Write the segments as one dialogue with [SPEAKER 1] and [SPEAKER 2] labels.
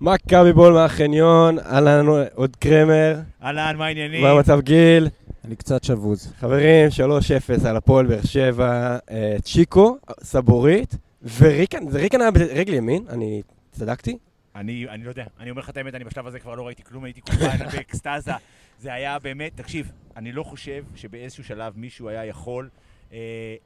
[SPEAKER 1] מכבי בול מהחניון, אהלן עוד קרמר,
[SPEAKER 2] אהלן, מה העניינים?
[SPEAKER 1] מה המצב גיל?
[SPEAKER 3] אני קצת שבוז.
[SPEAKER 1] חברים, 3-0 על הפועל באר שבע, אה, צ'יקו, סבורית, וריקן, זה ריקן היה ברגל ימין, אני צדקתי?
[SPEAKER 2] אני, אני לא יודע, אני אומר לך את האמת, אני בשלב הזה כבר לא ראיתי כלום, הייתי כמובן באקסטזה. זה היה באמת, תקשיב, אני לא חושב שבאיזשהו שלב מישהו היה יכול אה,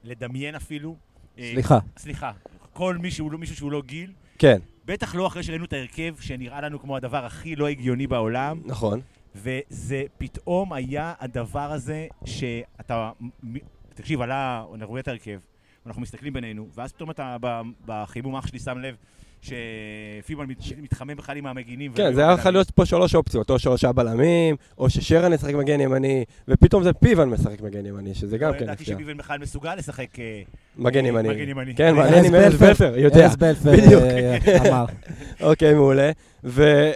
[SPEAKER 2] לדמיין אפילו... אה,
[SPEAKER 3] סליחה.
[SPEAKER 2] סליחה, כל מישהו, מישהו שהוא לא גיל,
[SPEAKER 1] כן,
[SPEAKER 2] בטח לא אחרי שראינו את ההרכב שנראה לנו כמו הדבר הכי לא הגיוני בעולם,
[SPEAKER 1] נכון.
[SPEAKER 2] וזה פתאום היה הדבר הזה שאתה... מ- תקשיב, עלה, אנחנו רואים את ההרכב, אנחנו מסתכלים בינינו, ואז פתאום אתה ב- בחימום אח שלי שם לב שפיבן מת- מתחמם בכלל עם המגינים.
[SPEAKER 1] כן,
[SPEAKER 2] ו-
[SPEAKER 1] זה היה יכול להיות פה שלוש אופציות, או שלושה בלמים, או ששרן ישחק מגן ימני, ופתאום זה פיבן משחק מגן ימני, שזה גם
[SPEAKER 2] לא
[SPEAKER 1] כן
[SPEAKER 2] ידעתי
[SPEAKER 1] הפתעה.
[SPEAKER 2] שביבן בכלל מסוגל לשחק... אה,
[SPEAKER 1] מגן ימני.
[SPEAKER 2] מגן ימני.
[SPEAKER 1] כן,
[SPEAKER 2] ארז
[SPEAKER 1] מעניין עם ארז בלפר, יודע.
[SPEAKER 3] ארז בלפר
[SPEAKER 1] בדיוק.
[SPEAKER 3] אה, אמר.
[SPEAKER 1] אוקיי, מעולה. ו-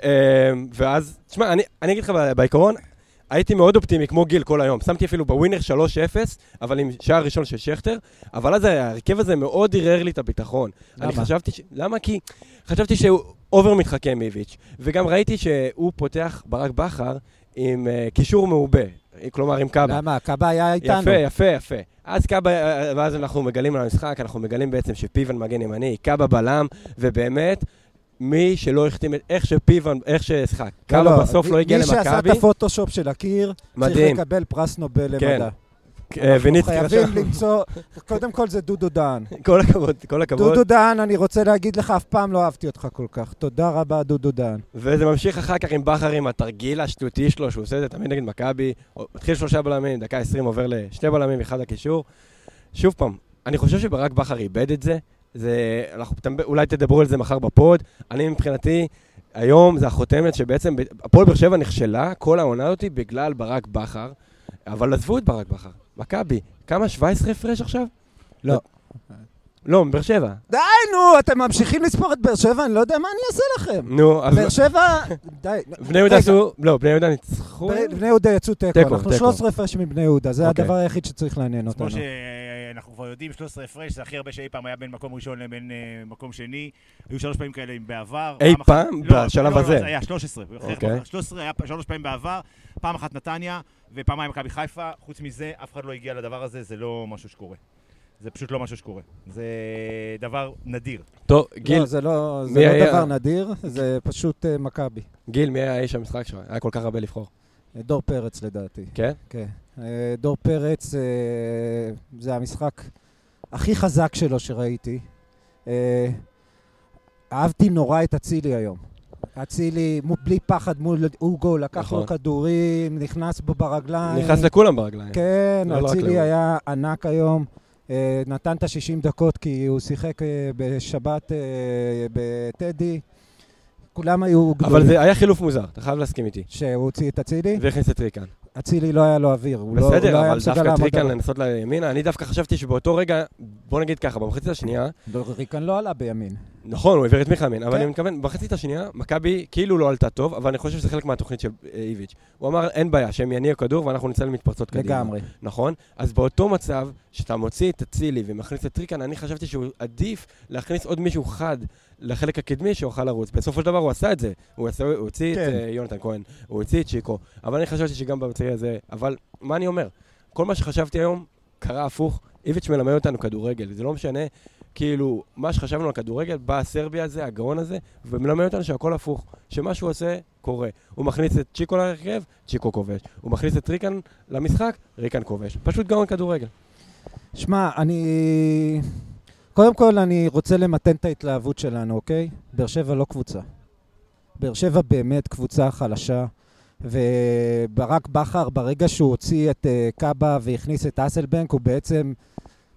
[SPEAKER 1] אמ, ואז, תשמע, אני, אני אגיד לך ב- בעיקרון, הייתי מאוד אופטימי, כמו גיל כל היום. שמתי אפילו בווינר 3-0, אבל עם שער ראשון של שכטר, אבל אז ההרכב הזה מאוד ערער לי את הביטחון. אני
[SPEAKER 3] למה?
[SPEAKER 1] חשבתי ש... למה? כי חשבתי שהוא אובר מתחכם איביץ', וגם ראיתי שהוא פותח ברק בכר עם אה, קישור מעובה, כלומר עם קאבה.
[SPEAKER 3] למה? קאבה היה איתנו.
[SPEAKER 1] יפה, יפה, יפה. אז קאבה, ואז אנחנו מגלים על המשחק, אנחנו מגלים בעצם שפיבן מגן ימני, קאבה בלם, ובאמת, מי שלא החתים את... איך שפיבן, איך ש... סליחה,
[SPEAKER 3] לא,
[SPEAKER 1] קאבה
[SPEAKER 3] לא,
[SPEAKER 1] בסוף
[SPEAKER 3] מי-
[SPEAKER 1] לא הגיע
[SPEAKER 3] מי שעשה
[SPEAKER 1] למכבי,
[SPEAKER 3] את הפוטושופ של הקיר, צריך
[SPEAKER 1] מדהים.
[SPEAKER 3] לקבל פרס נובל
[SPEAKER 1] כן,
[SPEAKER 3] למדע.
[SPEAKER 1] אה, וניצחי
[SPEAKER 3] אנחנו
[SPEAKER 1] רשם.
[SPEAKER 3] חייבים למצוא, קודם כל זה דודו דהן.
[SPEAKER 1] כל הכבוד, כל הכבוד.
[SPEAKER 3] דודו דהן, אני רוצה להגיד לך, אף פעם לא אהבתי אותך כל כך. תודה רבה, דודו דהן.
[SPEAKER 1] וזה ממשיך אחר כך עם בכר עם התרגיל השטותי שלו, שהוא עושה את זה תמיד נגד מכבי, או- מתחיל שלושה בלמים, דקה עשרים עובר לשתי בלמים, אחד לקישור. שוב פעם, אני חושב שברק בכר איבד את זה, זה אנחנו, אתם, אולי תדברו על זה מחר בפוד, אני מבחינתי, היום זה החותמת שבעצם, ב- הפועל באר שבע נכשלה כל העונה הזאתי בגלל ברק בכר, אבל עזבו את ברק בכר, מכבי, כמה? 17 הפרש עכשיו?
[SPEAKER 3] לא.
[SPEAKER 1] לא, מבאר שבע.
[SPEAKER 3] די, נו, אתם ממשיכים לספור את באר שבע, אני לא יודע מה אני אעשה לכם.
[SPEAKER 1] נו, אז
[SPEAKER 3] באר שבע, די.
[SPEAKER 1] בני יהודה
[SPEAKER 3] רגע,
[SPEAKER 1] עשו, לא, בני יהודה ניצחו.
[SPEAKER 3] בני- בני יהודה יצאו תיקו,
[SPEAKER 1] תיקו,
[SPEAKER 3] אנחנו
[SPEAKER 1] תיקו.
[SPEAKER 3] 13 הפרש מבני יהודה, זה
[SPEAKER 1] אוקיי.
[SPEAKER 3] הדבר היחיד שצריך לעניין
[SPEAKER 2] אז כמו
[SPEAKER 3] אותנו.
[SPEAKER 2] שאנחנו כבר יודעים, 13 הפרש, זה הכי הרבה שאי פעם היה בין מקום ראשון לבין אה, מקום שני. היו שלוש פעמים כאלה בעבר.
[SPEAKER 1] אי
[SPEAKER 2] אחת-
[SPEAKER 1] פעם?
[SPEAKER 2] לא,
[SPEAKER 1] בשלב
[SPEAKER 2] לא, לא,
[SPEAKER 1] הזה.
[SPEAKER 2] זה היה 13.
[SPEAKER 1] אוקיי.
[SPEAKER 2] 13 היה פ- שלוש פעמים בעבר, פעם אחת נתניה ופעמיים מכבי חיפה. חוץ מזה, אף אחד לא הגיע לדבר הזה, זה לא משהו שקורה. זה פשוט לא משהו שקורה. זה דבר נדיר.
[SPEAKER 1] טוב, גיל,
[SPEAKER 3] לא, זה לא זה
[SPEAKER 1] מי
[SPEAKER 3] לא
[SPEAKER 1] היה?
[SPEAKER 3] דבר נדיר, זה פשוט אה, מכבי.
[SPEAKER 1] גיל, מי היה איש המשחק שלך? היה כל כך הרבה לבחור.
[SPEAKER 3] דור פרץ לדעתי.
[SPEAKER 1] כן?
[SPEAKER 3] כן. אה, דור פרץ, אה, זה המשחק הכי חזק שלו שראיתי. אה, אהבתי נורא את אצילי היום. אצילי מו- בלי פחד מול אוגו, לקח
[SPEAKER 1] נכון.
[SPEAKER 3] לו כדורים, נכנס בו ברגליים.
[SPEAKER 1] נכנס לכולם ברגליים.
[SPEAKER 3] אה, כן,
[SPEAKER 1] לא רק
[SPEAKER 3] אצילי
[SPEAKER 1] לאוגו.
[SPEAKER 3] היה ענק היום. אה, נתן את ה-60 דקות כי הוא שיחק אה, בשבת אה, בטדי. כולם היו גדולים.
[SPEAKER 1] אבל זה היה חילוף מוזר, אתה חייב להסכים איתי.
[SPEAKER 3] שהוא הוציא את אצילי?
[SPEAKER 1] והכניס את טריקן.
[SPEAKER 3] אצילי לא היה לו אוויר, הוא לא, הוא לא
[SPEAKER 1] בסדר,
[SPEAKER 3] היה
[SPEAKER 1] אבל
[SPEAKER 3] מסוגל
[SPEAKER 1] דווקא
[SPEAKER 3] לעמוד
[SPEAKER 1] טריקן
[SPEAKER 3] עליו.
[SPEAKER 1] לנסות לימינה, אני דווקא חשבתי שבאותו רגע, בוא נגיד ככה, במחצית השנייה,
[SPEAKER 3] ריקן לא עלה בימין.
[SPEAKER 1] נכון, הוא העביר את מיכה אמין, אבל
[SPEAKER 3] כן.
[SPEAKER 1] אני מתכוון, במחצית השנייה, מכבי כאילו לא עלתה טוב, אבל אני חושב שזה חלק מהתוכנית של אה, איביץ'. הוא אמר, אין בעיה, שהם יניעו כדור ואנחנו נצא למתפרצות קדימה.
[SPEAKER 3] לגמרי.
[SPEAKER 1] נכון? אז באותו מצב, שאתה מוציא את אצילי ומכניס את טריקן, אני חשבתי שהוא עדיף להכניס עוד מישהו חד לחלק הקדמי שיוכל לרוץ. בסופו של דבר הוא עשה את זה. הוא, עשה, הוא הוציא כן. את
[SPEAKER 3] כן.
[SPEAKER 1] אה, יונתן כהן, הוא הוציא את שיקו, אבל אני חשבתי שגם באמצעי הזה... אבל מה אני אומר? כל מה שחשבתי היום קרה הפוך. איביץ' מלמד אותנו כדורגל, זה לא משנה. כאילו, מה שחשבנו על כדורגל, בא הסרבי הזה, הגאון הזה, ומלמד אותנו שהכל הפוך, שמה שהוא עושה, קורה. הוא מכניס את צ'יקו להרכב, צ'יקו כובש. הוא מכניס את ריקן למשחק, ריקן כובש. פשוט גאון כדורגל.
[SPEAKER 3] שמע, אני... קודם כל, אני רוצה למתן את ההתלהבות שלנו, אוקיי? באר שבע לא קבוצה. באר שבע באמת קבוצה חלשה, וברק בכר, ברגע שהוא הוציא את אה, קאבה והכניס את אסלבנק, הוא בעצם...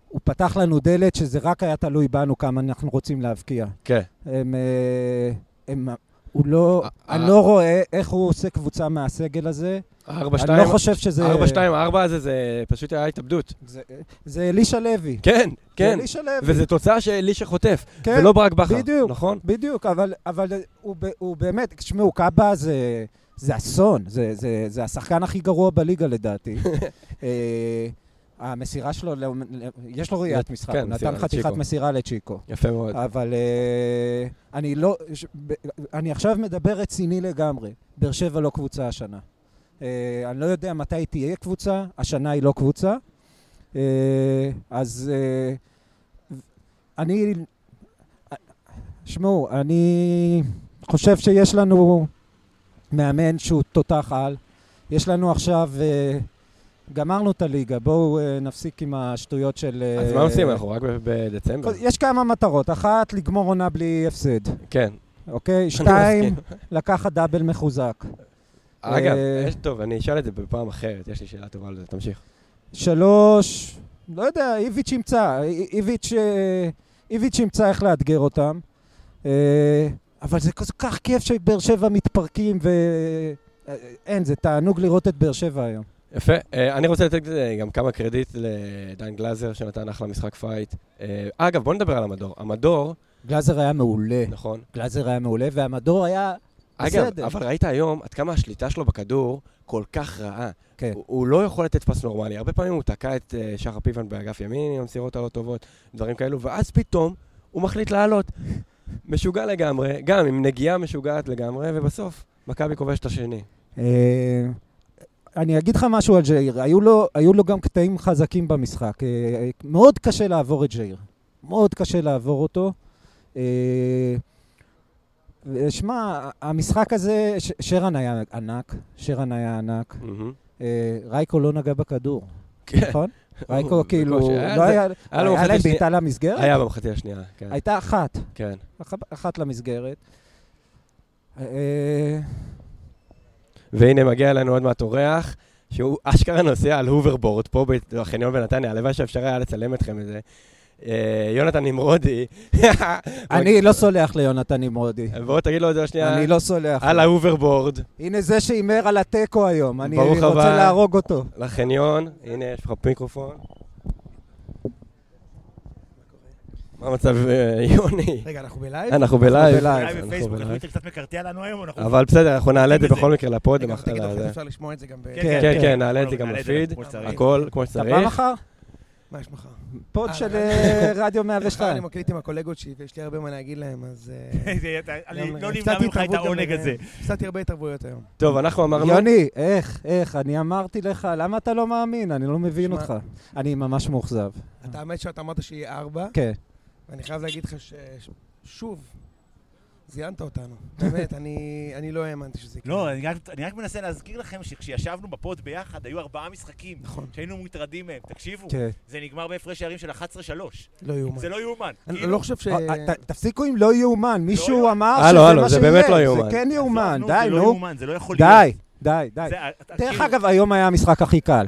[SPEAKER 3] הוא פתח לנו דלת שזה רק היה תלוי בנו כמה אנחנו רוצים להבקיע.
[SPEAKER 1] כן.
[SPEAKER 3] הם... אה, הם הוא לא...
[SPEAKER 1] א- א-
[SPEAKER 3] אני לא רואה איך הוא עושה קבוצה מהסגל הזה. אני לא
[SPEAKER 1] 4-2-4
[SPEAKER 3] חושב שזה...
[SPEAKER 1] הזה זה פשוט היה התאבדות.
[SPEAKER 3] זה- זה אלישע לוי.
[SPEAKER 1] כן,
[SPEAKER 3] זה
[SPEAKER 1] כן.
[SPEAKER 3] אלישע לוי.
[SPEAKER 1] וזו תוצאה שאלישע חוטף,
[SPEAKER 3] כן,
[SPEAKER 1] ולא ברק בכר,
[SPEAKER 3] בדיוק.
[SPEAKER 1] נכון?
[SPEAKER 3] בדיוק, אבל, אבל הוא, ב- הוא באמת, תשמעו, קאבה זה, זה אסון, זה, זה, זה השחקן הכי גרוע בליגה לדעתי. אה, המסירה שלו, לא- יש לו ראיית משחק,
[SPEAKER 1] כן,
[SPEAKER 3] הוא נתן
[SPEAKER 1] מסירה
[SPEAKER 3] חתיכת
[SPEAKER 1] לצ'יקו.
[SPEAKER 3] מסירה לצ'יקו.
[SPEAKER 1] יפה מאוד.
[SPEAKER 3] אבל אה, אני לא... ש- ב- אני עכשיו מדבר רציני לגמרי. באר שבע לא קבוצה השנה. אה, אני לא יודע מתי היא תהיה קבוצה, השנה היא לא קבוצה. אה, אז אה, אני... שמעו, אני חושב שיש לנו מאמן שהוא תותח על. יש לנו עכשיו... אה, גמרנו את הליגה, בואו אה, נפסיק עם השטויות של...
[SPEAKER 1] אז מה
[SPEAKER 3] אה,
[SPEAKER 1] עושים? אנחנו רק ב- בדצמבר.
[SPEAKER 3] יש כמה מטרות, אחת, לגמור עונה בלי הפסד,
[SPEAKER 1] כן.
[SPEAKER 3] אוקיי? שתיים, לקחת דאבל מחוזק.
[SPEAKER 1] אגב,
[SPEAKER 3] אה,
[SPEAKER 1] יש- טוב, אני אשאל את זה בפעם אחרת, יש לי שאלה טובה על זה, תמשיך.
[SPEAKER 3] שלוש, לא יודע, איביץ' ימצא, אי- איביץ', אה, איביץ' ימצא איך לאתגר אותם. אה, אבל זה כל כך כיף שבאר שבע מתפרקים ו... אה, אין, זה תענוג לראות את באר שבע היום.
[SPEAKER 1] יפה. אה, אני רוצה לתת אה, גם כמה קרדיט לדן גלאזר, שנתן אחלה משחק פייט. אה, אגב, בוא נדבר על המדור. המדור,
[SPEAKER 3] גלאזר היה מעולה.
[SPEAKER 1] נכון.
[SPEAKER 3] גלאזר היה מעולה, והמדור היה...
[SPEAKER 1] אגב,
[SPEAKER 3] בסדר.
[SPEAKER 1] אבל ראית היום עד כמה השליטה שלו בכדור כל כך רעה.
[SPEAKER 3] כן.
[SPEAKER 1] הוא, הוא לא יכול לתת פס נורמלי. הרבה פעמים הוא תקע את אה, שחר פיבן באגף ימין עם המסירות הלא טובות, דברים כאלו, ואז פתאום הוא מחליט לעלות. משוגע לגמרי, גם עם נגיעה משוגעת לגמרי, ובסוף מכבי כובש את השני.
[SPEAKER 3] אה, אני אגיד לך משהו על ג'איר, היו לו, היו לו גם קטעים חזקים במשחק. אה, אה, מאוד קשה לעבור את ג'איר, מאוד קשה לעבור אותו. אה, שמע, המשחק הזה, ש- שרן היה ענק, שרן היה ענק.
[SPEAKER 1] מהמם.
[SPEAKER 3] אה, רייקו לא נגע בכדור,
[SPEAKER 1] כן.
[SPEAKER 3] נכון?
[SPEAKER 1] הוא
[SPEAKER 3] רייקו כאילו,
[SPEAKER 1] בקושי.
[SPEAKER 3] לא
[SPEAKER 1] זה-
[SPEAKER 3] היה,
[SPEAKER 1] היה לו
[SPEAKER 3] היה
[SPEAKER 1] מחצית
[SPEAKER 3] להם
[SPEAKER 1] שנייה-
[SPEAKER 3] בעיטה למסגרת?
[SPEAKER 1] היה במחצית השנייה, כן.
[SPEAKER 3] הייתה אחת.
[SPEAKER 1] כן.
[SPEAKER 3] אח- אחת למסגרת. אה,
[SPEAKER 1] והנה מגיע אלינו עוד מעט אורח, שהוא אשכרה נוסע על הוברבורד פה בחניון בנתניה, הלוואי שאפשר היה לצלם אתכם את זה. אה, יונתן נמרודי,
[SPEAKER 3] אני לא סולח ליונתן נמרודי.
[SPEAKER 1] בוא תגיד לו את זה עוד שנייה,
[SPEAKER 3] אני לא סולח.
[SPEAKER 1] אה, על ההוברבורד,
[SPEAKER 3] הנה זה שהימר על התיקו היום, אני
[SPEAKER 1] ברוך
[SPEAKER 3] רוצה
[SPEAKER 1] הבא. כן,
[SPEAKER 3] להרוג אותו.
[SPEAKER 1] לחניון, הנה יש לך מיקרופון. מה המצב, אה, יוני?
[SPEAKER 4] רגע, אנחנו בלייב?
[SPEAKER 3] אה,
[SPEAKER 1] אנחנו בלייב,
[SPEAKER 3] בלייב.
[SPEAKER 2] אולי
[SPEAKER 1] אנחנו
[SPEAKER 2] בפייסבוק,
[SPEAKER 1] בלייב.
[SPEAKER 2] הטוויטר קצת מקרטע לנו היום, אנחנו...
[SPEAKER 1] אבל בסדר, אנחנו נעלה את זה
[SPEAKER 2] נותנים
[SPEAKER 1] בכל מקרה לפוד,
[SPEAKER 4] רגע,
[SPEAKER 1] למח-
[SPEAKER 4] תגידו,
[SPEAKER 1] לזה.
[SPEAKER 4] איך אפשר לשמוע את זה גם ב...
[SPEAKER 1] כן,
[SPEAKER 2] כן,
[SPEAKER 1] כן,
[SPEAKER 2] כן.
[SPEAKER 1] נעלה את זה גם
[SPEAKER 2] נעלה את זה
[SPEAKER 1] בפיד,
[SPEAKER 2] כמו שצריך.
[SPEAKER 1] הכל כמו
[SPEAKER 3] אתה בא
[SPEAKER 1] שצריך.
[SPEAKER 3] מחר?
[SPEAKER 4] מה יש מחר?
[SPEAKER 3] פוד
[SPEAKER 4] אה,
[SPEAKER 3] של
[SPEAKER 4] אה,
[SPEAKER 3] אה, רדיו
[SPEAKER 4] מחר אני
[SPEAKER 3] 102.
[SPEAKER 4] מקליט עם הקולגות שלי ויש לי הרבה מה להגיד להם, אז... אה,
[SPEAKER 2] זה- אתה- אני
[SPEAKER 4] גם-
[SPEAKER 2] לא
[SPEAKER 4] הפסדתי
[SPEAKER 2] נמנע ממך את
[SPEAKER 4] התערבות גם
[SPEAKER 2] העונג
[SPEAKER 4] ביניהם.
[SPEAKER 2] הזה.
[SPEAKER 4] הפסדתי הרבה התערבויות היום.
[SPEAKER 1] טוב, אנחנו אמרנו...
[SPEAKER 3] יוני, איך, איך, אני אמרתי לך, למה אתה לא מאמין? אני לא מבין
[SPEAKER 4] שמע,
[SPEAKER 3] אותך. אני ממש מאוכזב.
[SPEAKER 4] אתה האמת שאתה אמרת שיהיה ארבע,
[SPEAKER 3] כן.
[SPEAKER 4] ואני חייב להגיד לך ש... שוב, זיינת אותנו. באמת, אני אני לא האמנתי שזה יקרה.
[SPEAKER 2] לא, אני רק- אני רק מנסה להזכיר לכם שכשישבנו בפוד ביחד, היו ארבעה משחקים
[SPEAKER 4] נכון,
[SPEAKER 2] שהיינו מוטרדים מהם. תקשיבו,
[SPEAKER 3] כן.
[SPEAKER 2] זה נגמר בהפרש שערים של 11-3.
[SPEAKER 4] לא יאומן.
[SPEAKER 2] זה לא יאומן.
[SPEAKER 4] אני
[SPEAKER 2] כאילו,
[SPEAKER 4] לא חושב ש...
[SPEAKER 3] אה, ת- תפסיקו עם לא יאומן, מישהו
[SPEAKER 2] יאומן.
[SPEAKER 3] אמר
[SPEAKER 1] הלו,
[SPEAKER 3] שזה
[SPEAKER 1] הלו,
[SPEAKER 3] מה
[SPEAKER 1] זה
[SPEAKER 3] שיהיה.
[SPEAKER 1] באמת לא יאומן.
[SPEAKER 3] זה כן
[SPEAKER 2] עזוב,
[SPEAKER 3] יאומן,
[SPEAKER 2] נו,
[SPEAKER 3] די,
[SPEAKER 2] זה לא
[SPEAKER 3] נו.
[SPEAKER 2] יאומן, זה לא יכול להיות.
[SPEAKER 3] די, די, די.
[SPEAKER 2] זה- אתה-
[SPEAKER 3] דרך
[SPEAKER 2] כאילו,
[SPEAKER 3] אגב, היום היה המשחק הכי קל.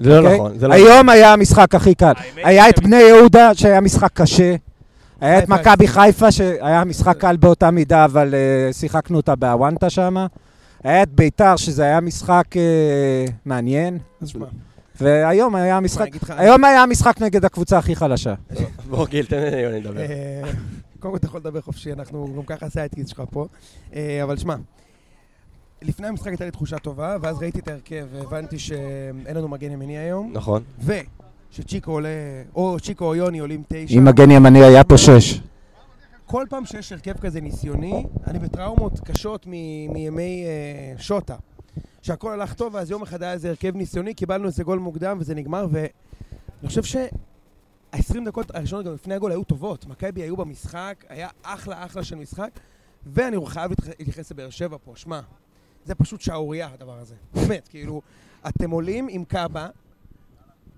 [SPEAKER 1] זה לא
[SPEAKER 3] אוקיי?
[SPEAKER 1] נכון, זה לא נכון.
[SPEAKER 3] היום היה המשחק הכי קל.
[SPEAKER 2] האמת
[SPEAKER 3] היה
[SPEAKER 2] היא
[SPEAKER 3] את
[SPEAKER 2] שהמש-
[SPEAKER 3] בני יהודה, שהיה משחק קשה. היה את
[SPEAKER 4] חיפה.
[SPEAKER 3] מכבי חיפה, שהיה משחק קל באותה מידה, אבל אה, שיחקנו אותה באוונטה שם. היה את ביתר, שזה היה משחק אה, מעניין.
[SPEAKER 4] אז שמע,
[SPEAKER 3] והיום היה
[SPEAKER 4] מה,
[SPEAKER 3] משחק...
[SPEAKER 4] אני אגיד לך-
[SPEAKER 3] היום היה המשחק נגד הקבוצה הכי חלשה.
[SPEAKER 1] בוא גיל, תן ליוני לדבר.
[SPEAKER 4] אה, קודם כל אתה יכול לדבר חופשי, אנחנו גם ככה הסיידקיס שלך פה. אה, אבל שמע, לפני המשחק הייתה לי תחושה טובה, ואז ראיתי את ההרכב והבנתי שאין לנו מגן ימיני היום,
[SPEAKER 1] נכון.
[SPEAKER 4] ושצ'יקו עולה, או צ'יקו או יוני עולים תשע.
[SPEAKER 3] אם מגן ימני היה פה שש.
[SPEAKER 4] כל פעם שיש הרכב כזה ניסיוני, אני בטראומות קשות מ- מימי אה, שוטה. שהכל הלך טוב, ואז יום אחד היה איזה הרכב ניסיוני, קיבלנו איזה גול מוקדם וזה נגמר, ואני חושב שה-20 דקות הראשונות גם לפני הגול היו טובות. מכבי היו במשחק, היה אחלה אחלה של משחק, ואני חייב להתח- להתייחס לבאר שבע פה, שמע, זה פשוט שערורייה הדבר הזה. באמת, כאילו, אתם עולים עם קאבה,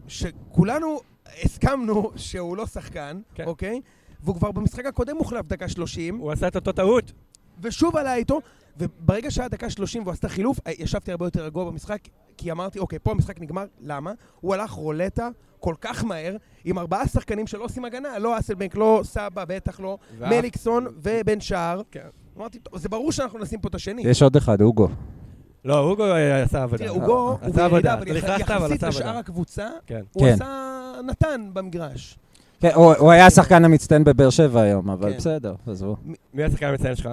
[SPEAKER 4] שכולנו הסכמנו שהוא לא שחקן,
[SPEAKER 1] כן.
[SPEAKER 4] כן. אוקיי? והוא כבר במשחק הקודם הוחלף דקה 30,
[SPEAKER 1] הוא עשה את אותו טעות.
[SPEAKER 4] ושוב עלה איתו, וברגע שהיה דקה 30 והוא עשתה חילוף, אה, ישבתי הרבה יותר רגוע במשחק, כי אמרתי, אוקיי, פה המשחק נגמר, למה? הוא הלך רולטה כל כך מהר, עם ארבעה שחקנים שלא עושים הגנה, לא אסלבנק, לא סבא, בטח לא,
[SPEAKER 1] ואף-
[SPEAKER 4] מליקסון ובן שער.
[SPEAKER 1] כן.
[SPEAKER 4] אמרתי, "טוב, זה ברור שאנחנו נשים פה את השני.
[SPEAKER 3] יש עוד אחד, אוגו.
[SPEAKER 1] לא, הוגו אה, עשה עבודה.
[SPEAKER 4] תראה, הוגו הוא
[SPEAKER 1] עשה עבודה,
[SPEAKER 4] בירידה, אבל
[SPEAKER 1] צריך
[SPEAKER 4] יח-
[SPEAKER 1] לחטא, אבל
[SPEAKER 4] יחסית
[SPEAKER 1] עשה
[SPEAKER 4] לשאר
[SPEAKER 1] עבודה.
[SPEAKER 4] הקבוצה,
[SPEAKER 1] כן.
[SPEAKER 4] הוא
[SPEAKER 3] כן.
[SPEAKER 4] עשה נתן במגרש.
[SPEAKER 3] כן, הוא הוא היה השחקן המצטיין בבאר שבע היום, אבל
[SPEAKER 4] כן.
[SPEAKER 3] בסדר, עזבו.
[SPEAKER 1] מי השחקן המצטיין שלך?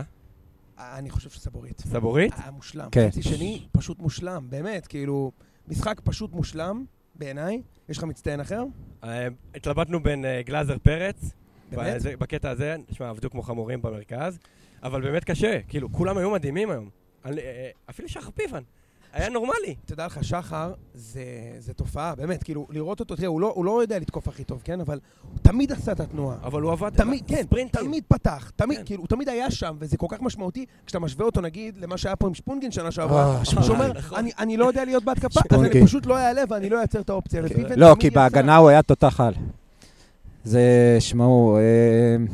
[SPEAKER 4] אה, אני חושב שסבורית.
[SPEAKER 1] סבורית?
[SPEAKER 4] היה מושלם.
[SPEAKER 3] כן.
[SPEAKER 4] חצי שני, פשוט מושלם, באמת, כאילו, משחק פשוט מושלם, בעיניי. יש לך מצטיין אחר?
[SPEAKER 1] אה, התלבטנו בין אה, גלאזר פרץ,
[SPEAKER 4] באמת?
[SPEAKER 1] בזה- בקטע הזה, תשמע, עבדו כמו חמורים במרכז, אבל באמת קשה, כאילו, כולם היו מדהימים היום. אני- אה, אפילו שחר פיבן, היה נורמלי.
[SPEAKER 4] תדע לך, שחר זה, זה תופעה, באמת, כאילו, לראות אותו, תראה, הוא לא, הוא לא יודע לתקוף הכי טוב, כן? אבל הוא תמיד עשה את התנועה.
[SPEAKER 1] אבל הוא עבד,
[SPEAKER 4] תמיד, כן,
[SPEAKER 1] אה, ספרינטים.
[SPEAKER 4] תמיד פתח, תמיד,
[SPEAKER 1] כן.
[SPEAKER 4] כאילו, הוא תמיד היה שם, וזה כל כך משמעותי, כשאתה משווה אותו, נגיד, למה שהיה פה עם שפונגין שנה שעברה,
[SPEAKER 3] אה,
[SPEAKER 4] שאומר,
[SPEAKER 1] אה, נכון.
[SPEAKER 4] אני- אני לא יודע להיות בהתקפה, אז אני
[SPEAKER 3] שפונגין.
[SPEAKER 4] פשוט לא אעלה ואני לא אייצר את האופציה. ופיבן
[SPEAKER 3] לא,
[SPEAKER 4] תמיד
[SPEAKER 3] כי
[SPEAKER 4] יצא.
[SPEAKER 3] בהגנה הוא היה תותח על. זה, שמעו, אה,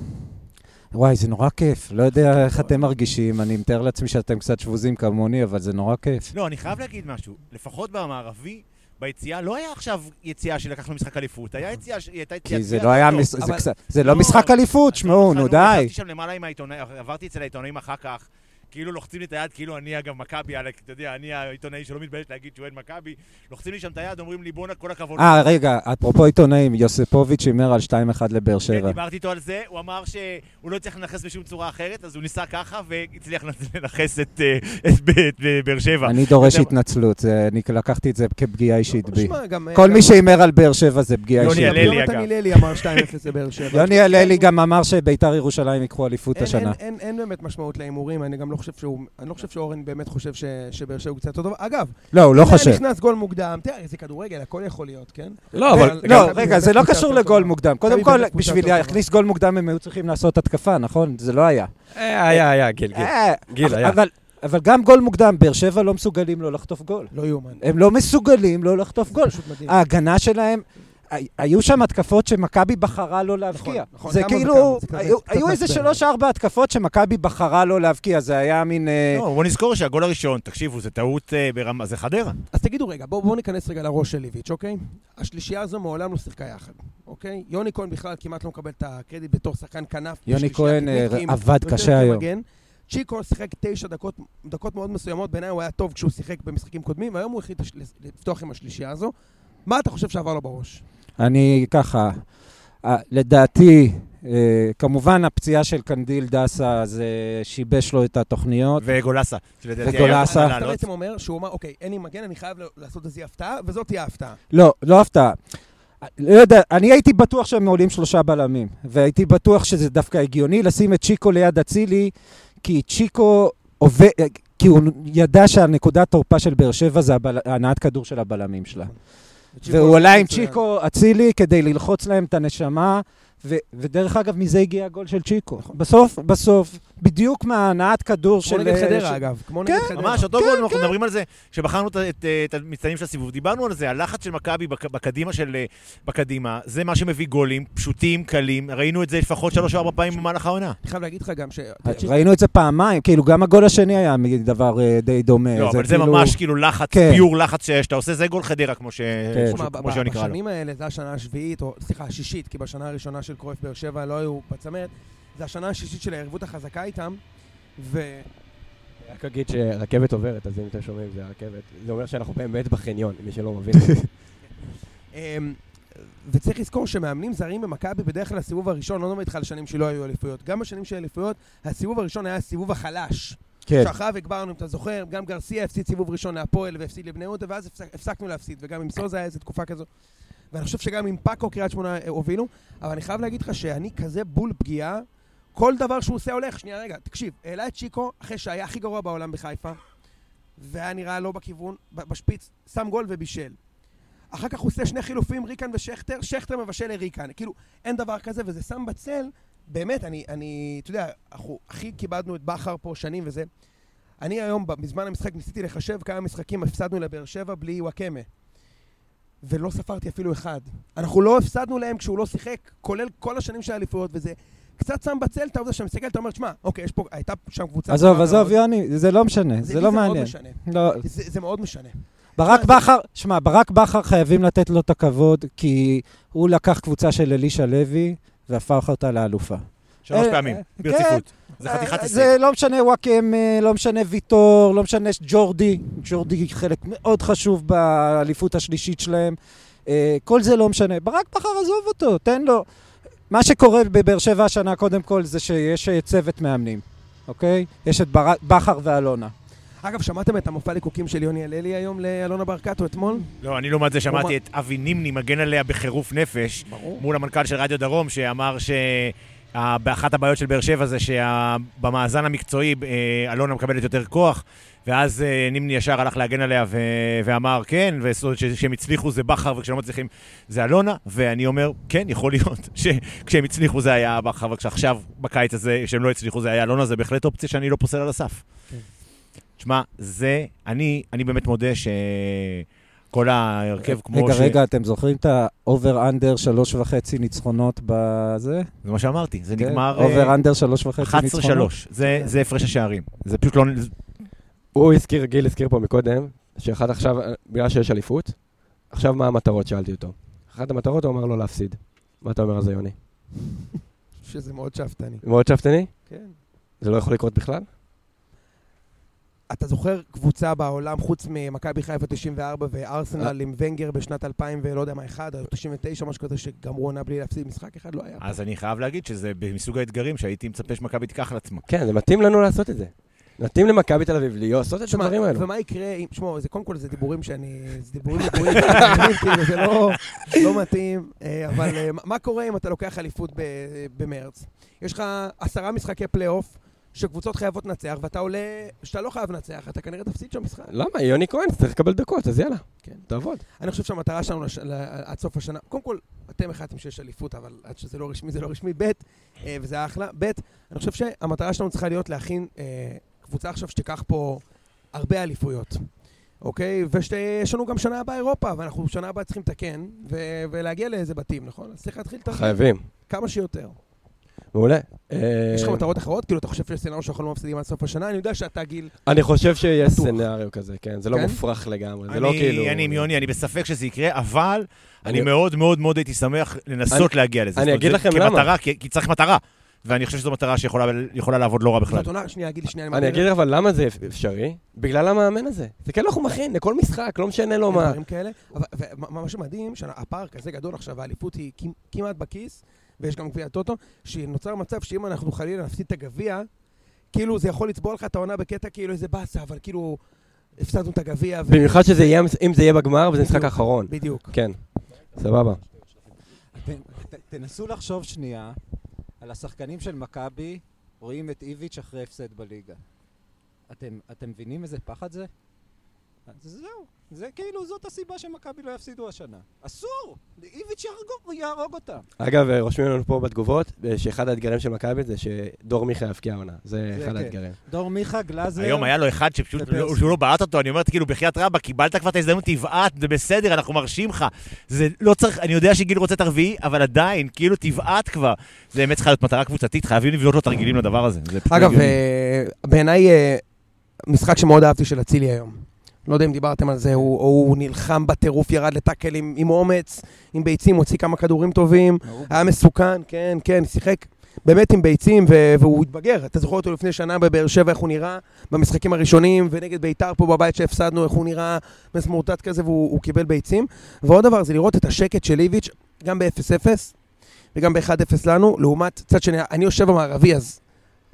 [SPEAKER 3] וואי, זה נורא כיף. לא יודע איך אתם מרגישים, אני מתאר לעצמי שאתם קצת שבוזים כמוני, אבל זה נורא כיף.
[SPEAKER 2] לא, אני חייב להגיד משהו. לפחות במערבי, ביציאה, לא היה עכשיו יציאה שלקחנו משחק אליפות, היה יציאה, ש- הייתה יציאה...
[SPEAKER 3] נכון. כי זה לא היה,
[SPEAKER 2] טוב.
[SPEAKER 3] מס- זה
[SPEAKER 2] אבל-
[SPEAKER 3] קצת- זה לא
[SPEAKER 2] לא,
[SPEAKER 3] משחק אליפות,
[SPEAKER 2] אז
[SPEAKER 3] שמעו,
[SPEAKER 2] התחלנו,
[SPEAKER 3] נו די.
[SPEAKER 2] נכנסתי שם למעלה עם העיתונאים, עברתי אצל העיתונאים אחר כך, כאילו לוחצים לי את היד, כאילו אני אגב מכבי, עלק, אתה יודע, אני העיתונאי שלא מתבייש להגיד שהוא אין מכבי, לוחצים לי שם את היד, אומרים לי בואנה כל הכבוד.
[SPEAKER 3] אה, רגע, אפרופו עיתונאים, יוסיפוביץ' הימר על 2-1 לבאר
[SPEAKER 2] כן,
[SPEAKER 3] שבע.
[SPEAKER 2] דיברתי איתו על זה, הוא אמר שהוא לא הצליח לנכס בשום צורה אחרת, אז הוא ניסה ככה והצליח לנכס את אה, את ב- את, אה, באר שבע.
[SPEAKER 3] אני דורש
[SPEAKER 2] אתה-
[SPEAKER 3] התנצלות, זה- אני לקחתי את זה כפגיעה אישית בי.
[SPEAKER 4] לא, שמע, גם...
[SPEAKER 3] כל
[SPEAKER 4] גם-
[SPEAKER 3] מי שהימר על באר שבע זה פגיעה
[SPEAKER 2] יוני
[SPEAKER 3] אישית.
[SPEAKER 2] הלוי,
[SPEAKER 3] בי.
[SPEAKER 2] אגב.
[SPEAKER 4] יונתן הללי אמר 2-0 לבאר שבע.
[SPEAKER 3] יוני הללי גם אמר שביתר ירושלים ייקחו אליפות
[SPEAKER 4] אין-
[SPEAKER 3] השנה.
[SPEAKER 4] אין- אין- אין באמת משמעות להימורים, אני גם לא חושב שהוא... אני לא חושב שאורן באמת חושב ש- שבאר שבע הוא קצת יותר טוב. אגב,
[SPEAKER 3] לא, הוא לא
[SPEAKER 4] אם היה
[SPEAKER 3] חושב.
[SPEAKER 4] נכנס גול מוקדם, תראה, איזה כדורגל, הכל יכול להיות, כן?
[SPEAKER 1] לא,
[SPEAKER 4] אבל-
[SPEAKER 1] אבל...
[SPEAKER 3] לא,
[SPEAKER 1] גם-
[SPEAKER 4] מכבי
[SPEAKER 3] רגע,
[SPEAKER 4] באמת
[SPEAKER 3] זה לא
[SPEAKER 4] קבוצה
[SPEAKER 3] קשור
[SPEAKER 4] יותר
[SPEAKER 3] לגול
[SPEAKER 4] טובה.
[SPEAKER 3] מוקדם. קודם כל,
[SPEAKER 4] מכבי באמת קבוצה
[SPEAKER 3] בשביל
[SPEAKER 4] יותר טובה.
[SPEAKER 3] להכניס גול מוקדם הם היו צריכים לעשות התקפה, נכון? זה לא היה.
[SPEAKER 1] אה, היה, היה, גיל, גיל.
[SPEAKER 3] אה,
[SPEAKER 1] גיל, היה.
[SPEAKER 3] אבל- אבל גם גול מוקדם, באר שבע לא מסוגלים לא לחטוף גול.
[SPEAKER 4] לא יאומן.
[SPEAKER 3] הם לא מסוגלים לא לחטוף גול.
[SPEAKER 4] פשוט מדהים.
[SPEAKER 3] ההגנה שלהם, הי- היו שם התקפות שמכבי בחרה לא להבקיע.
[SPEAKER 4] נכון, נכון,
[SPEAKER 3] זה
[SPEAKER 4] כמה
[SPEAKER 3] כאילו,
[SPEAKER 4] וכמה, זה
[SPEAKER 3] היו-
[SPEAKER 4] קצת
[SPEAKER 3] היו איזה
[SPEAKER 4] מעצבן.
[SPEAKER 3] שלוש-ארבע התקפות שמכבי בחרה לא להבקיע, זה היה מין... אה,
[SPEAKER 2] לא, בוא נזכור שהגול הראשון, תקשיבו, זה טעות אה, ברמה, זה חדרה.
[SPEAKER 4] אז תגידו רגע, בואו בוא ניכנס רגע לראש של ליביץ', אוקיי? השלישייה הזו מעולם לא שיחקה יחד, אוקיי? יוני כהן בכלל כמעט לא מקבל את הקרדיט בתור שחקן כנף.
[SPEAKER 3] יוני
[SPEAKER 4] בשלישייה
[SPEAKER 3] כהן,
[SPEAKER 4] הקדמית,
[SPEAKER 3] אה,
[SPEAKER 4] כי אם
[SPEAKER 3] עבד
[SPEAKER 4] יותר
[SPEAKER 3] קשה היום.
[SPEAKER 4] כמגן. צ'יקו שיחק תשע דקות, דקות מאוד מסוימות, בעיניי הוא היה טוב כשהוא שיחק במשחקים קודמים, והיום הוא החליט לש- לפתוח עם השלישייה הזו. מה אתה חושב שעבר לו בראש?
[SPEAKER 3] אני ככה, אה, לדעתי, אה, כמובן הפציעה של קנדיל דסה זה שיבש לו את התוכניות.
[SPEAKER 2] וגולסה. שלדעתי היה
[SPEAKER 3] וגולסה.
[SPEAKER 2] יכול
[SPEAKER 3] לעלות.
[SPEAKER 4] אתה
[SPEAKER 2] לעלות.
[SPEAKER 4] בעצם אומר שהוא אמר, אוקיי, אין לי מגן, אני חייב ל- לעשות איזו הפתעה, וזאת תהיה ההפתעה.
[SPEAKER 3] לא, לא הפתעה. לא יודע, אני הייתי בטוח שהם עולים שלושה בלמים, והייתי בטוח שזה דווקא הגיוני לשים את צ'יקו ליד אצילי, כי צ'יקו עובד, כי הוא ידע שהנקודת תורפה של באר שבע זה הבל- הנעת כדור של הבלמים שלה.
[SPEAKER 4] וצ'יקו
[SPEAKER 3] והוא עולה עם
[SPEAKER 4] מצוין.
[SPEAKER 3] צ'יקו אצילי כדי ללחוץ להם את הנשמה, ו- ודרך אגב, מזה הגיע הגול של צ'יקו.
[SPEAKER 4] נכון.
[SPEAKER 3] בסוף, בסוף, בדיוק מההנעת כדור של...
[SPEAKER 4] כמו נגד
[SPEAKER 3] של- אה, כן.
[SPEAKER 4] חדרה, אגב. כמו נגד חדרה.
[SPEAKER 2] ממש, אותו גול,
[SPEAKER 4] כן.
[SPEAKER 2] אנחנו מדברים על זה, שבחרנו את- את אה, את המצטיינים של הסיבוב, דיברנו על זה, הלחץ של מכבי בק- בקדימה של... אה, בקדימה, זה מה שמביא גולים, פשוטים, קלים, ראינו את זה לפחות שלוש או ארבע פעמים במהלך העונה.
[SPEAKER 4] אני חייב להגיד לך גם ש...
[SPEAKER 3] ראינו את זה פעמיים, כאילו גם הגול השני היה דבר אה, די דומה.
[SPEAKER 2] לא, אבל זה
[SPEAKER 3] כאילו-
[SPEAKER 2] ממש כאילו לחץ,
[SPEAKER 3] כן.
[SPEAKER 2] פיור לחץ שאתה עושה, זה גול חדרה, כמו ש-
[SPEAKER 4] תשמע,
[SPEAKER 2] כמו
[SPEAKER 4] ב-
[SPEAKER 2] שנקרא לו.
[SPEAKER 4] בשנים האלה, זו השנה השביעית, או סליחה, השישית, כי בשנה הראשונה של קרויף באר שבע לא היו בצמרת, זו השנה השישית של הערבות החזקה איתם, ו...
[SPEAKER 1] רק אגיד שרכבת עוברת, אז אם אתם שומעים, זה רכבת. זה אומר שאנחנו באמת בחניון, מי שלא מבין.
[SPEAKER 4] אמ, וצריך לזכור שמאמנים זרים במכבי בדרך כלל הסיבוב הראשון, לא מדבר איתך על שנים שלא היו אליפויות, גם בשנים של אליפויות, הסיבוב הראשון היה הסיבוב החלש.
[SPEAKER 3] כן.
[SPEAKER 4] שאחריו הגברנו, אם אתה זוכר, גם גרסיה הפסיד סיבוב ראשון להפועל והפסיד לבני יהודה, ואז הפסק, הפסקנו להפסיד, וגם עם סוזה היה איזו תקופה כזו. ואני חושב שגם עם פאקו קריית שמונה אה, הובילו, אבל אני חייב להגיד לך שאני כזה בול פגיעה, כל דבר שהוא עושה הולך. שנייה, רגע, תקשיב, העלה את צ'יקו, אחרי שהיה הכי גרוע בעולם בחיפה, והיה נראה לא בכיוון, ב- בשפיץ, שם גול ובישל. אחר כך הוא עושה שני חילופים, ריקן ושכטר, שכטר מבשל לריקן. כאילו, אין דבר כזה, וזה שם בצל, באמת, אני, אני, אתה יודע, אנחנו הכי כיבדנו את בכר פה שנים וזה. אני היום, ב- בזמן המשחק, ניסיתי לחשב כמה משחקים הפסדנו לבאר שבע בלי וואקמה. ולא ספרתי אפילו אחד. אנחנו לא הפסדנו להם כשהוא לא שיחק, כולל כל השנים של האליפויות, וזה קצת שם בצל את העובדה שאתה מסתכל, אתה אומר, שמע, אוקיי, יש פה, הייתה שם קבוצה...
[SPEAKER 3] עזוב,
[SPEAKER 4] טובה
[SPEAKER 3] עזוב,
[SPEAKER 4] מאוד."
[SPEAKER 3] יוני, זה לא משנה, זה לא
[SPEAKER 4] לי מאוד
[SPEAKER 3] מעניין.
[SPEAKER 4] משנה.
[SPEAKER 3] לא,
[SPEAKER 4] זה זה מאוד משנה.
[SPEAKER 3] ברק
[SPEAKER 4] זה-
[SPEAKER 3] בכר, שמע, ברק בכר חייבים לתת לו את הכבוד, כי הוא לקח קבוצה של אלישע לוי והפך אותה לאלופה.
[SPEAKER 2] שלוש
[SPEAKER 3] אה,
[SPEAKER 2] פעמים,
[SPEAKER 3] אה,
[SPEAKER 2] ברציפות. זה חתיכת
[SPEAKER 3] אה,
[SPEAKER 2] הישג.
[SPEAKER 3] זה לא משנה וואקמה, לא משנה ויטור, לא משנה ג'ורדי. ג'ורדי חלק מאוד חשוב באליפות השלישית שלהם. אה, כל זה לא משנה. ברק בחר, עזוב אותו, תן לו. מה שקורה בבאר שבע השנה, קודם כל, זה שיש אה, צוות מאמנים, אוקיי? יש את ברק- בכר ואלונה.
[SPEAKER 4] אגב, שמעתם את המופע ליקוקים של יוני הללי היום לאלונה ברקתו אתמול?
[SPEAKER 2] לא, אני לעומת זה
[SPEAKER 4] מה-
[SPEAKER 2] שמעתי את אבי נימני מגן עליה בחירוף נפש
[SPEAKER 4] ברור.
[SPEAKER 2] מול המנכ"ל של רדיו דרום, שאמר שאחת הבעיות של באר שבע זה שבמאזן המקצועי אה, אלונה מקבלת יותר כוח, ואז אה, נימני ישר הלך להגן עליה ו- ואמר כן, וכשהם הצליחו זה בכר וכשלא מצליחים זה אלונה, ואני אומר, כן, יכול להיות שכשהם הצליחו זה היה בכר, וכשעכשיו בקיץ הזה, כשהם לא הצליחו זה היה אלונה, זה בהחלט אופציה שאני לא פוסל על הסף.
[SPEAKER 4] כן.
[SPEAKER 2] תשמע, זה, אני, אני באמת מודה ש... כל ההרכב כמו
[SPEAKER 3] רגע,
[SPEAKER 2] ש...
[SPEAKER 3] רגע, אתם זוכרים את האובר-אנדר שלוש וחצי ניצחונות בזה?
[SPEAKER 2] זה מה שאמרתי, זה
[SPEAKER 3] כן,
[SPEAKER 2] נגמר אה,
[SPEAKER 3] אובר-אנדר שלוש וחצי
[SPEAKER 2] 11-3,
[SPEAKER 3] ניצחונות?
[SPEAKER 2] זה- זה הפרש השערים. זה פשוט לא... זה-
[SPEAKER 1] הוא הזכיר, גיל הזכיר פה מקודם, שאחת עכשיו, בגלל שיש אליפות, עכשיו מה המטרות? שאלתי אותו. אחת המטרות, הוא אמר לא להפסיד. מה אתה אומר על זה, יוני?
[SPEAKER 4] שזה מאוד שאפתני.
[SPEAKER 1] מאוד שאפתני?
[SPEAKER 4] כן.
[SPEAKER 1] זה לא יכול לקרות בכלל?
[SPEAKER 4] אתה זוכר קבוצה בעולם, חוץ ממכבי חיפה 94 וארסנל עם ונגר בשנת 2000 ולא יודע מה, 1 או 99, משהו כזה, שגמרו עונה בלי להפסיד משחק אחד? לא היה.
[SPEAKER 1] אה,
[SPEAKER 2] אז אני חייב להגיד שזה מסוג האתגרים שהייתי מצפה שמכבי תיקח על עצמה.
[SPEAKER 1] כן, זה מתאים לנו לעשות את זה. מתאים למכבי תל אביב לעשות את
[SPEAKER 4] תשמע,
[SPEAKER 1] הדברים האלו.
[SPEAKER 4] ומה יקרה אם... שמע, זה קודם כל זה דיבורים שאני... זה דיבורים דיבורים, דיבורים, כאילו, זה לא- לא מתאים, אה, אבל אה, מה- מה קורה אם אתה לוקח אליפות ב- במרץ? יש לך עשרה משחקי פלייאוף שקבוצות חייבות לנצח, ואתה עולה... שאתה לא חייב לנצח, אתה כנראה תפסיד שם משחק.
[SPEAKER 1] למה? יוני כהן צריך לקבל דקות, אז יאללה.
[SPEAKER 4] כן.
[SPEAKER 1] תעבוד.
[SPEAKER 4] אני חושב שהמטרה שלנו לש... ל... עד סוף השנה, קודם כל, אתם החלטתם שיש אליפות, אבל עד שזה לא רשמי זה לא רשמי, ב', אה, וזה אחלה, ב', אני חושב שהמטרה שלנו צריכה להיות להכין אה, קבוצה עכשיו שתיקח פה הרבה אליפויות, אוקיי? ויש לנו גם שנה הבאה אירופה, ואנחנו שנה הבאה צריכים לתקן, ו... ולהגיע לאיזה בתים, נכון? אז צריך להתחיל לתקן
[SPEAKER 1] חייבים.
[SPEAKER 4] כמה שיותר.
[SPEAKER 1] מעולה.
[SPEAKER 4] יש לך
[SPEAKER 1] אה,
[SPEAKER 4] מטרות אחרות? כאילו, אתה חושב שיש סצנריו שאנחנו לא מפסידים עד סוף השנה? אני יודע שאתה, גיל,
[SPEAKER 1] אני חושב שיש
[SPEAKER 4] בטוח.
[SPEAKER 1] סצנריו כזה, כן. זה לא
[SPEAKER 4] כן?
[SPEAKER 1] מופרך לגמרי, זה
[SPEAKER 2] אני-
[SPEAKER 1] לא כאילו...
[SPEAKER 2] אני עם יוני, אני בספק שזה יקרה, אבל
[SPEAKER 1] אני-
[SPEAKER 2] אני מאוד מאוד מאוד הייתי שמח לנסות להגיע לזה.
[SPEAKER 1] אני
[SPEAKER 2] זאת אומרת,
[SPEAKER 1] אגיד
[SPEAKER 2] זה
[SPEAKER 1] לכם למה.
[SPEAKER 2] כמטרה, כי כי צריך מטרה. ואני חושב שזו מטרה שיכולה יכולה לעבוד לא רע בכלל.
[SPEAKER 4] זאת עונה, שנייה, גיל, שנייה,
[SPEAKER 1] אני אגיד לך אבל למה זה אפשרי, בגלל המאמן הזה. זה כאילו אנחנו מכין לכל משחק, לא משנה לו מה.
[SPEAKER 4] דברים כאלה. אבל- ומה מה שמדהים, שהפער כזה גדול עכשיו, האליפות היא כמ- כמעט בכיס, ויש גם גביע טוטו, שנוצר מצב שאם אנחנו חלילה נפסיד את הגביע, כאילו זה יכול לצבוע לך את העונה בקטע כאילו איזה באסה, אבל כאילו הפסדנו את הגביע. ו-
[SPEAKER 1] במיוחד שזה יהיה, אם זה יהיה בגמר וזה משחק
[SPEAKER 4] בדיוק.
[SPEAKER 1] האחרון.
[SPEAKER 4] בדיוק.
[SPEAKER 1] כן, סבבה.
[SPEAKER 3] אתם- ת- תנסו לחשוב שנייה על השחקנים של מכבי רואים את איביץ' אחרי הפסד בליגה. אתם, אתם מבינים איזה פחד זה? אז זהו, זה כאילו זאת הסיבה שמכבי לא יפסידו השנה. אסור! איביץ' יהרוג, יהרוג אותם.
[SPEAKER 1] אגב, אה, רושמים לנו פה בתגובות, אה, שאחד האתגרים של מכבי זה שדור מיכה יבקיע עונה. זה
[SPEAKER 3] זה
[SPEAKER 1] אחד
[SPEAKER 3] כן.
[SPEAKER 1] האתגרים.
[SPEAKER 3] דור מיכה גלאזר...
[SPEAKER 2] היום היה לו אחד שפשוט
[SPEAKER 3] זה פרס.
[SPEAKER 2] לא- שהוא לא בעט אותו, אני אומר, כאילו, בחייאת רבא, קיבלת כבר את ההזדמנות, תבעט, זה בסדר, אנחנו מרשים לך. זה לא צריך, אני יודע שגיל רוצה את הרביעי, אבל עדיין, כאילו, תבעט כבר. זה באמת צריכה להיות מטרה קבוצתית, חייבים לבנות לו תרגילים לדבר הזה. זה פשוט לא
[SPEAKER 4] אגב,
[SPEAKER 2] הגיוני.
[SPEAKER 4] אה, בעיניי אה, משחק שמאוד אהבתי של אצילי היום. לא יודע אם דיברתם על זה, הוא, הוא נלחם בטירוף, ירד לטאקל עם, עם אומץ, עם ביצים, הוציא כמה כדורים טובים.
[SPEAKER 3] אה,
[SPEAKER 4] היה מסוכן, כן, כן, שיחק באמת עם ביצים, ו- והוא התבגר. אתה זוכר אותו לפני שנה בבאר שבע, איך הוא נראה במשחקים הראשונים, ונגד ביתר פה בבית שהפסדנו, איך הוא נראה מסמורטט כזה, והוא הוא קיבל ביצים. ועוד דבר זה לראות את השקט של איביץ', גם ב-0-0 וגם ב-1-0 לנו, לעומת, צד שני, אני יושב במערבי, אז...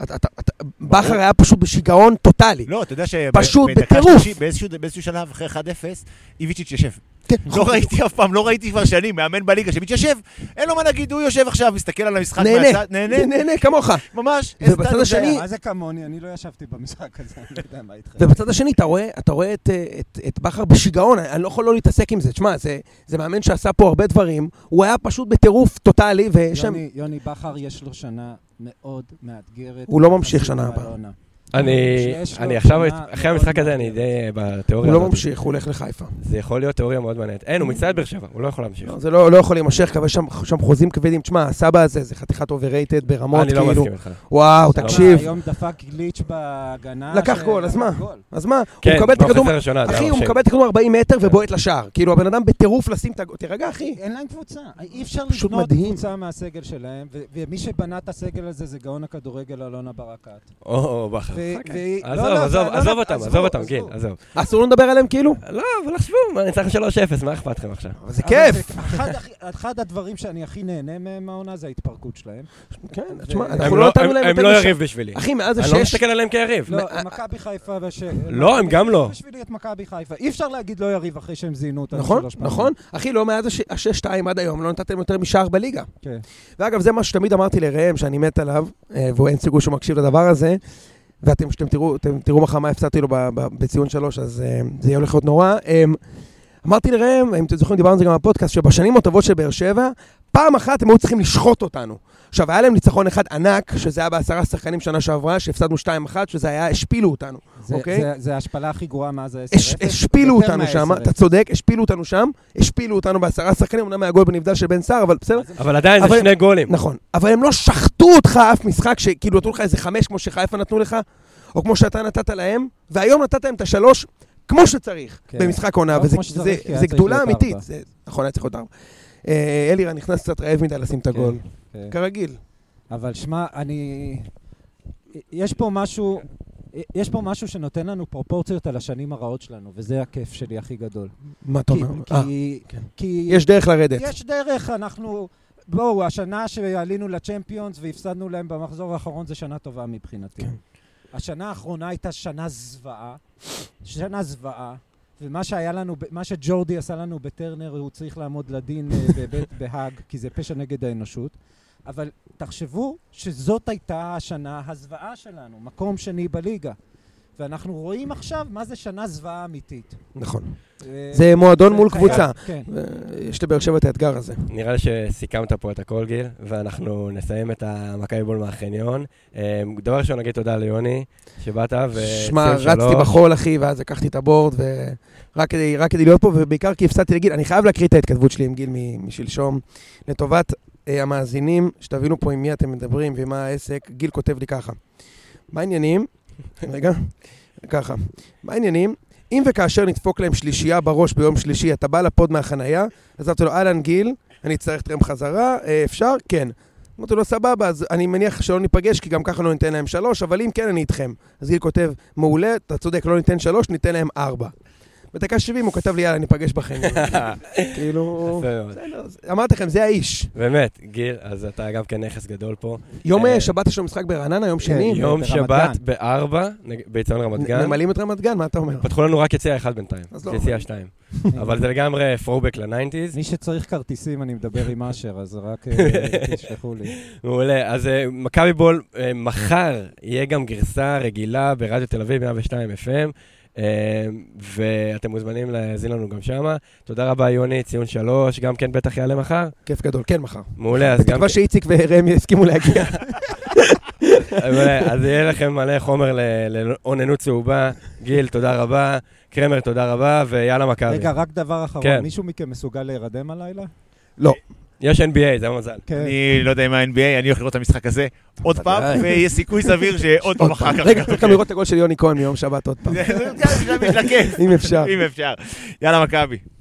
[SPEAKER 4] אתה- אתה- אתה- בכר היה פשוט בשיגעון טוטאלי.
[SPEAKER 2] לא, אתה יודע ש...
[SPEAKER 4] פשוט
[SPEAKER 2] בדקה
[SPEAKER 4] בטירוף.
[SPEAKER 2] שלישית, באיזשהו- באיזשהו שלב, אחרי 1-0, איביץ' יושב.
[SPEAKER 4] כן,
[SPEAKER 2] לא ראיתי אף פעם, לא ראיתי כבר שנים, מאמן בליגה שמתיישב, אין לו מה להגיד, הוא יושב עכשיו, מסתכל על המשחק
[SPEAKER 4] נהנה.
[SPEAKER 2] מהצד, נהנה,
[SPEAKER 4] נהנה כמוך.
[SPEAKER 2] ממש. איזה
[SPEAKER 4] ובצד
[SPEAKER 2] טאלנט זה
[SPEAKER 4] השני-
[SPEAKER 2] היה.
[SPEAKER 4] מה
[SPEAKER 3] זה כמוני? אני לא ישבתי במשחק הזה, אני לא יודע מה איתכם.
[SPEAKER 4] ובצד השני, אתה רואה, אתה רואה את, אה, את, את בכר בשיגעון, אני, אני לא יכול לא להתעסק עם זה. תשמע, זה, זה מאמן שעשה פה הרבה דברים, הוא היה פשוט בטירוף טוטאלי, ויש שם...
[SPEAKER 3] יוני, יוני בכר יש לו שנה מאוד מאתגרת.
[SPEAKER 4] הוא לא ממשיך
[SPEAKER 3] יחסית
[SPEAKER 4] שנה הבאה.
[SPEAKER 3] לאלונה.
[SPEAKER 4] אה,
[SPEAKER 1] אני
[SPEAKER 3] שיש לו
[SPEAKER 1] אני עכשיו,
[SPEAKER 3] תמונה
[SPEAKER 1] אחרי
[SPEAKER 3] מאוד
[SPEAKER 1] המשחק הזה, אני
[SPEAKER 3] מעניינת.
[SPEAKER 1] די אה, בתיאוריה
[SPEAKER 4] הוא לא
[SPEAKER 1] הזאת.
[SPEAKER 4] ממשיך, הוא הולך לחיפה.
[SPEAKER 1] זה יכול להיות תיאוריה מאוד מעניינת. אין, הוא מצטער באר שבע, הוא לא יכול להמשיך.
[SPEAKER 4] לא, זה לא, לא יכול להימשך, קבע שם, שם חוזים כבדים. תשמע, הסבא הזה, זה חתיכת אוברייטד ברמות,
[SPEAKER 1] אני לא
[SPEAKER 4] כאילו.
[SPEAKER 1] מסכים כן, איתך.
[SPEAKER 4] וואו,
[SPEAKER 1] סבא.
[SPEAKER 4] תקשיב.
[SPEAKER 3] היום דפק גליץ' בהגנה.
[SPEAKER 4] לקח
[SPEAKER 3] ש-
[SPEAKER 4] גול, אז מה?
[SPEAKER 3] גול.
[SPEAKER 4] אז מה,
[SPEAKER 1] כן,
[SPEAKER 4] הוא מקבל את הכדור,
[SPEAKER 1] במחצית הראשונה, זה לא
[SPEAKER 4] אחי,
[SPEAKER 1] היה
[SPEAKER 4] הוא
[SPEAKER 1] מרשים.
[SPEAKER 4] מקבל את הכדור 40 מטר ובועט לשער. כאילו, הבן אדם בטירוף לשים את הגול. תירגע, אחי.
[SPEAKER 3] אין להם קבוצה, אי אפשר
[SPEAKER 4] פשוט
[SPEAKER 3] לבנות
[SPEAKER 4] מדהים.
[SPEAKER 3] קבוצה מהסגל שלהם, ו- ומי שבנה את הסגל הזה זה גאון הכדורגל אלונה ברקת.
[SPEAKER 1] או, או, בכר.
[SPEAKER 3] והיא- והיא-
[SPEAKER 4] אה,
[SPEAKER 3] לא,
[SPEAKER 1] עזוב,
[SPEAKER 3] לא,
[SPEAKER 1] עזוב,
[SPEAKER 3] זה- לא,
[SPEAKER 1] עזוב
[SPEAKER 3] לא,
[SPEAKER 1] אותם,
[SPEAKER 3] עזבו,
[SPEAKER 1] עזוב אותם,
[SPEAKER 3] עזבו.
[SPEAKER 1] גיל, עזוב.
[SPEAKER 4] אסור לנו לדבר עליהם כאילו?
[SPEAKER 1] לא, אבל עזבו, מה, ניצחתם 3-0, מה אכפת לכם עכשיו?
[SPEAKER 4] אבל זה
[SPEAKER 3] אבל
[SPEAKER 4] כיף.
[SPEAKER 3] זה אחד הכי- אחד הדברים שאני הכי נהנה מהם העונה זה ההתפרקות שלהם.
[SPEAKER 4] כן,
[SPEAKER 3] זה-
[SPEAKER 4] תשמע,
[SPEAKER 3] הם
[SPEAKER 1] הם
[SPEAKER 4] אנחנו לא
[SPEAKER 1] לא-
[SPEAKER 4] נתנו
[SPEAKER 1] הם-
[SPEAKER 4] להם...
[SPEAKER 1] הם
[SPEAKER 4] יותר
[SPEAKER 1] לא
[SPEAKER 4] משע-
[SPEAKER 1] יריב בשבילי.
[SPEAKER 4] אחי, מאז
[SPEAKER 1] אני לא
[SPEAKER 4] השש...
[SPEAKER 1] מסתכל עליהם כיריב.
[SPEAKER 3] לא,
[SPEAKER 4] מה-
[SPEAKER 3] מכבי חיפה והש...
[SPEAKER 1] לא, הם גם לא.
[SPEAKER 3] בשבילי את מכבי חיפה. אי אפשר להגיד לא יריב אחרי שהם זיינו אותנו
[SPEAKER 4] נכון,
[SPEAKER 3] שלוש פעמים.
[SPEAKER 4] נכון. אחי, לא מאז הש- השש-שתיים עד היום, לא נתתם יותר משער בליגה.
[SPEAKER 3] כן.
[SPEAKER 4] ואגב, זה מה שתמיד אמרתי לראם, שאני מת עליו, אה, והוא אין סיכוי שהוא מקשיב לדבר הזה, ואתם שאתם תראו, אתם תראו מחר מה הפסדתי לו ב- ב- בציון שלוש, אז אה, זה יהיה הולך להיות נורא. אה, אמרתי לראם, אם אתם זוכרים, דיברנו על זה גם בפודקאסט, שבשנים הטובות של באר שבע, פעם אחת הם היו צריכים לשחוט אותנו. עכשיו, היה להם ניצחון אחד ענק, שזה היה בעשרה שחקנים שנה שעברה, שהפסדנו 2-1, שזה היה, השפילו אותנו.
[SPEAKER 3] זה-
[SPEAKER 4] אוקיי.
[SPEAKER 3] זה- זה ההשפלה הכי גרועה מאז
[SPEAKER 4] הש-
[SPEAKER 3] ה-10-0.
[SPEAKER 4] השפילו
[SPEAKER 3] יותר
[SPEAKER 4] אותנו שם,
[SPEAKER 3] מה-10-0.
[SPEAKER 4] אתה צודק, השפילו אותנו שם, השפילו אותנו בעשרה שחקנים, אמנם מהגול בנבדל של בן סער, אבל בסדר,
[SPEAKER 1] אבל עדיין זה
[SPEAKER 4] אבל-
[SPEAKER 1] שני גולים.
[SPEAKER 4] נכון. אבל הם לא שחטו אותך אף משחק, שכאילו נתנו לך איזה חמש כמו שחיפה נתנו לך, או כמו שאתה נתת להם, והיום נתת להם את השלוש כמו שצריך,
[SPEAKER 3] כן.
[SPEAKER 4] במשחק עונה,
[SPEAKER 3] לא
[SPEAKER 4] וזה
[SPEAKER 3] כמו שצריך,
[SPEAKER 4] זה-
[SPEAKER 3] כי היה
[SPEAKER 4] זה
[SPEAKER 3] צריך
[SPEAKER 4] גדולה
[SPEAKER 3] להיות
[SPEAKER 4] אמיתית.
[SPEAKER 3] ארבע.
[SPEAKER 4] זה- נכון, היה צריך עוד ארבע. אה, אלירן נכנס קצת רעב מדי לשים את
[SPEAKER 3] כן,
[SPEAKER 4] הגול,
[SPEAKER 3] כן.
[SPEAKER 4] כרגיל.
[SPEAKER 3] אבל שמע, אני... יש פה משהו... יש פה משהו שנותן לנו פרופורציות על השנים הרעות שלנו, וזה הכיף שלי הכי גדול.
[SPEAKER 4] מה אתה
[SPEAKER 3] כי-
[SPEAKER 4] אומר? אה,
[SPEAKER 3] כי...
[SPEAKER 4] כן.
[SPEAKER 3] כי...
[SPEAKER 4] יש דרך לרדת.
[SPEAKER 3] יש דרך, אנחנו... בואו, השנה שעלינו לצ'מפיונס והפסדנו להם במחזור האחרון זה שנה טובה מבחינתי.
[SPEAKER 4] כן.
[SPEAKER 3] השנה האחרונה הייתה שנה זוועה. שנה זוועה. ומה שהיה לנו, ב- מה שג'ורדי עשה לנו בטרנר, הוא צריך לעמוד לדין אה, בבית בהאג, כי זה פשע נגד האנושות. אבל תחשבו שזאת הייתה השנה הזוועה שלנו, מקום שני בליגה. ואנחנו רואים עכשיו מה זה שנה זוועה אמיתית.
[SPEAKER 4] נכון.
[SPEAKER 3] אה,
[SPEAKER 4] זה מועדון
[SPEAKER 3] זה
[SPEAKER 4] מול
[SPEAKER 3] חייב-
[SPEAKER 4] קבוצה.
[SPEAKER 3] כן.
[SPEAKER 4] אה, יש לבאר שבע את האתגר הזה.
[SPEAKER 1] נראה לי שסיכמת פה את הכל, גיל, ואנחנו נסיים את המכבי בול מהחניון. אה, דבר ראשון, נגיד תודה ליוני, שבאת, וציון
[SPEAKER 4] שמע, רצתי בחול, אחי, ואז לקחתי את הבורד, ורק כדי, רק כדי להיות פה, ובעיקר כי הפסדתי לגיל, אני חייב להקריא את ההתכתבות שלי עם גיל מ- משלשום, לטובת אה, המאזינים, שתבינו פה עם מי אתם מדברים ועם מה העסק. גיל כותב לי ככה, מה העניינים? רגע, ככה, מה העניינים? אם וכאשר נדפוק להם שלישייה בראש ביום שלישי, אתה בא לפוד מהחנייה? אז אמרתי לו, אהלן גיל, אני אצטרך טרם חזרה, אה, אפשר? כן. אמרתי לו, סבבה, אז אני מניח שלא ניפגש, כי גם ככה לא ניתן להם שלוש, אבל אם כן, אני איתכם. אז גיל כותב, מעולה, אתה צודק, לא ניתן שלוש, ניתן להם ארבע. בדקה 70 הוא כתב לי, יאללה, ניפגש בחניון. כאילו...
[SPEAKER 1] יפה מאוד.
[SPEAKER 4] בסדר, זה- אמרתי לכם, זה האיש.
[SPEAKER 1] באמת, גיל, אז אתה גם כן נכס גדול פה.
[SPEAKER 4] יום
[SPEAKER 1] אה,
[SPEAKER 4] אה, שבת יש לנו משחק ברעננה, יום שני.
[SPEAKER 1] יום
[SPEAKER 3] ברמת
[SPEAKER 1] שבת
[SPEAKER 3] גן.
[SPEAKER 1] בארבע, נג- ביציון רמת גן.
[SPEAKER 4] ממלאים את רמת גן, מה אתה אומר?
[SPEAKER 1] פתחו לנו רק יציע אחד בינתיים,
[SPEAKER 4] אז לא.
[SPEAKER 1] יציע שתיים. אבל זה לגמרי throwback לניינטיז.
[SPEAKER 3] מי שצריך כרטיסים, אני מדבר עם אשר, אז רק אה, תשלחו לי.
[SPEAKER 1] מעולה, אז אה, מכבי בול, אה, מחר יהיה גם גרסה רגילה ברדיו תל אביב 102 FM, אה, ואתם מוזמנים להאזין לנו גם שמה. תודה רבה, יוני, ציון שלוש, גם כן בטח יעלה מחר.
[SPEAKER 4] כיף גדול, כן, מחר.
[SPEAKER 1] מעולה, אז גם
[SPEAKER 4] בתקווה שאיציק וראם יסכימו להגיע.
[SPEAKER 1] אה, מעולה, אז יהיה לכם מלא חומר ל- לאוננות צהובה. גיל, תודה רבה. קרמר, תודה רבה, ויאללה מכבי.
[SPEAKER 3] רגע, רק דבר
[SPEAKER 1] כן.
[SPEAKER 3] אחרון, מישהו מכם מסוגל להירדם הלילה?
[SPEAKER 4] לא.
[SPEAKER 1] יש NBA, זה המזל.
[SPEAKER 3] כן.
[SPEAKER 2] אני לא יודע אם ה-NBA, אני הולך לראות את המשחק הזה עוד פעם, ויש סיכוי סביר שעוד פעם אחר כך.
[SPEAKER 4] רגע, צריך גם לראות את הגול של יוני כהן מיום שבת עוד פעם,
[SPEAKER 2] זה- זה- זה- זה בשביל הכיף,
[SPEAKER 4] אם אפשר.
[SPEAKER 2] אם אפשר. יאללה, מכבי.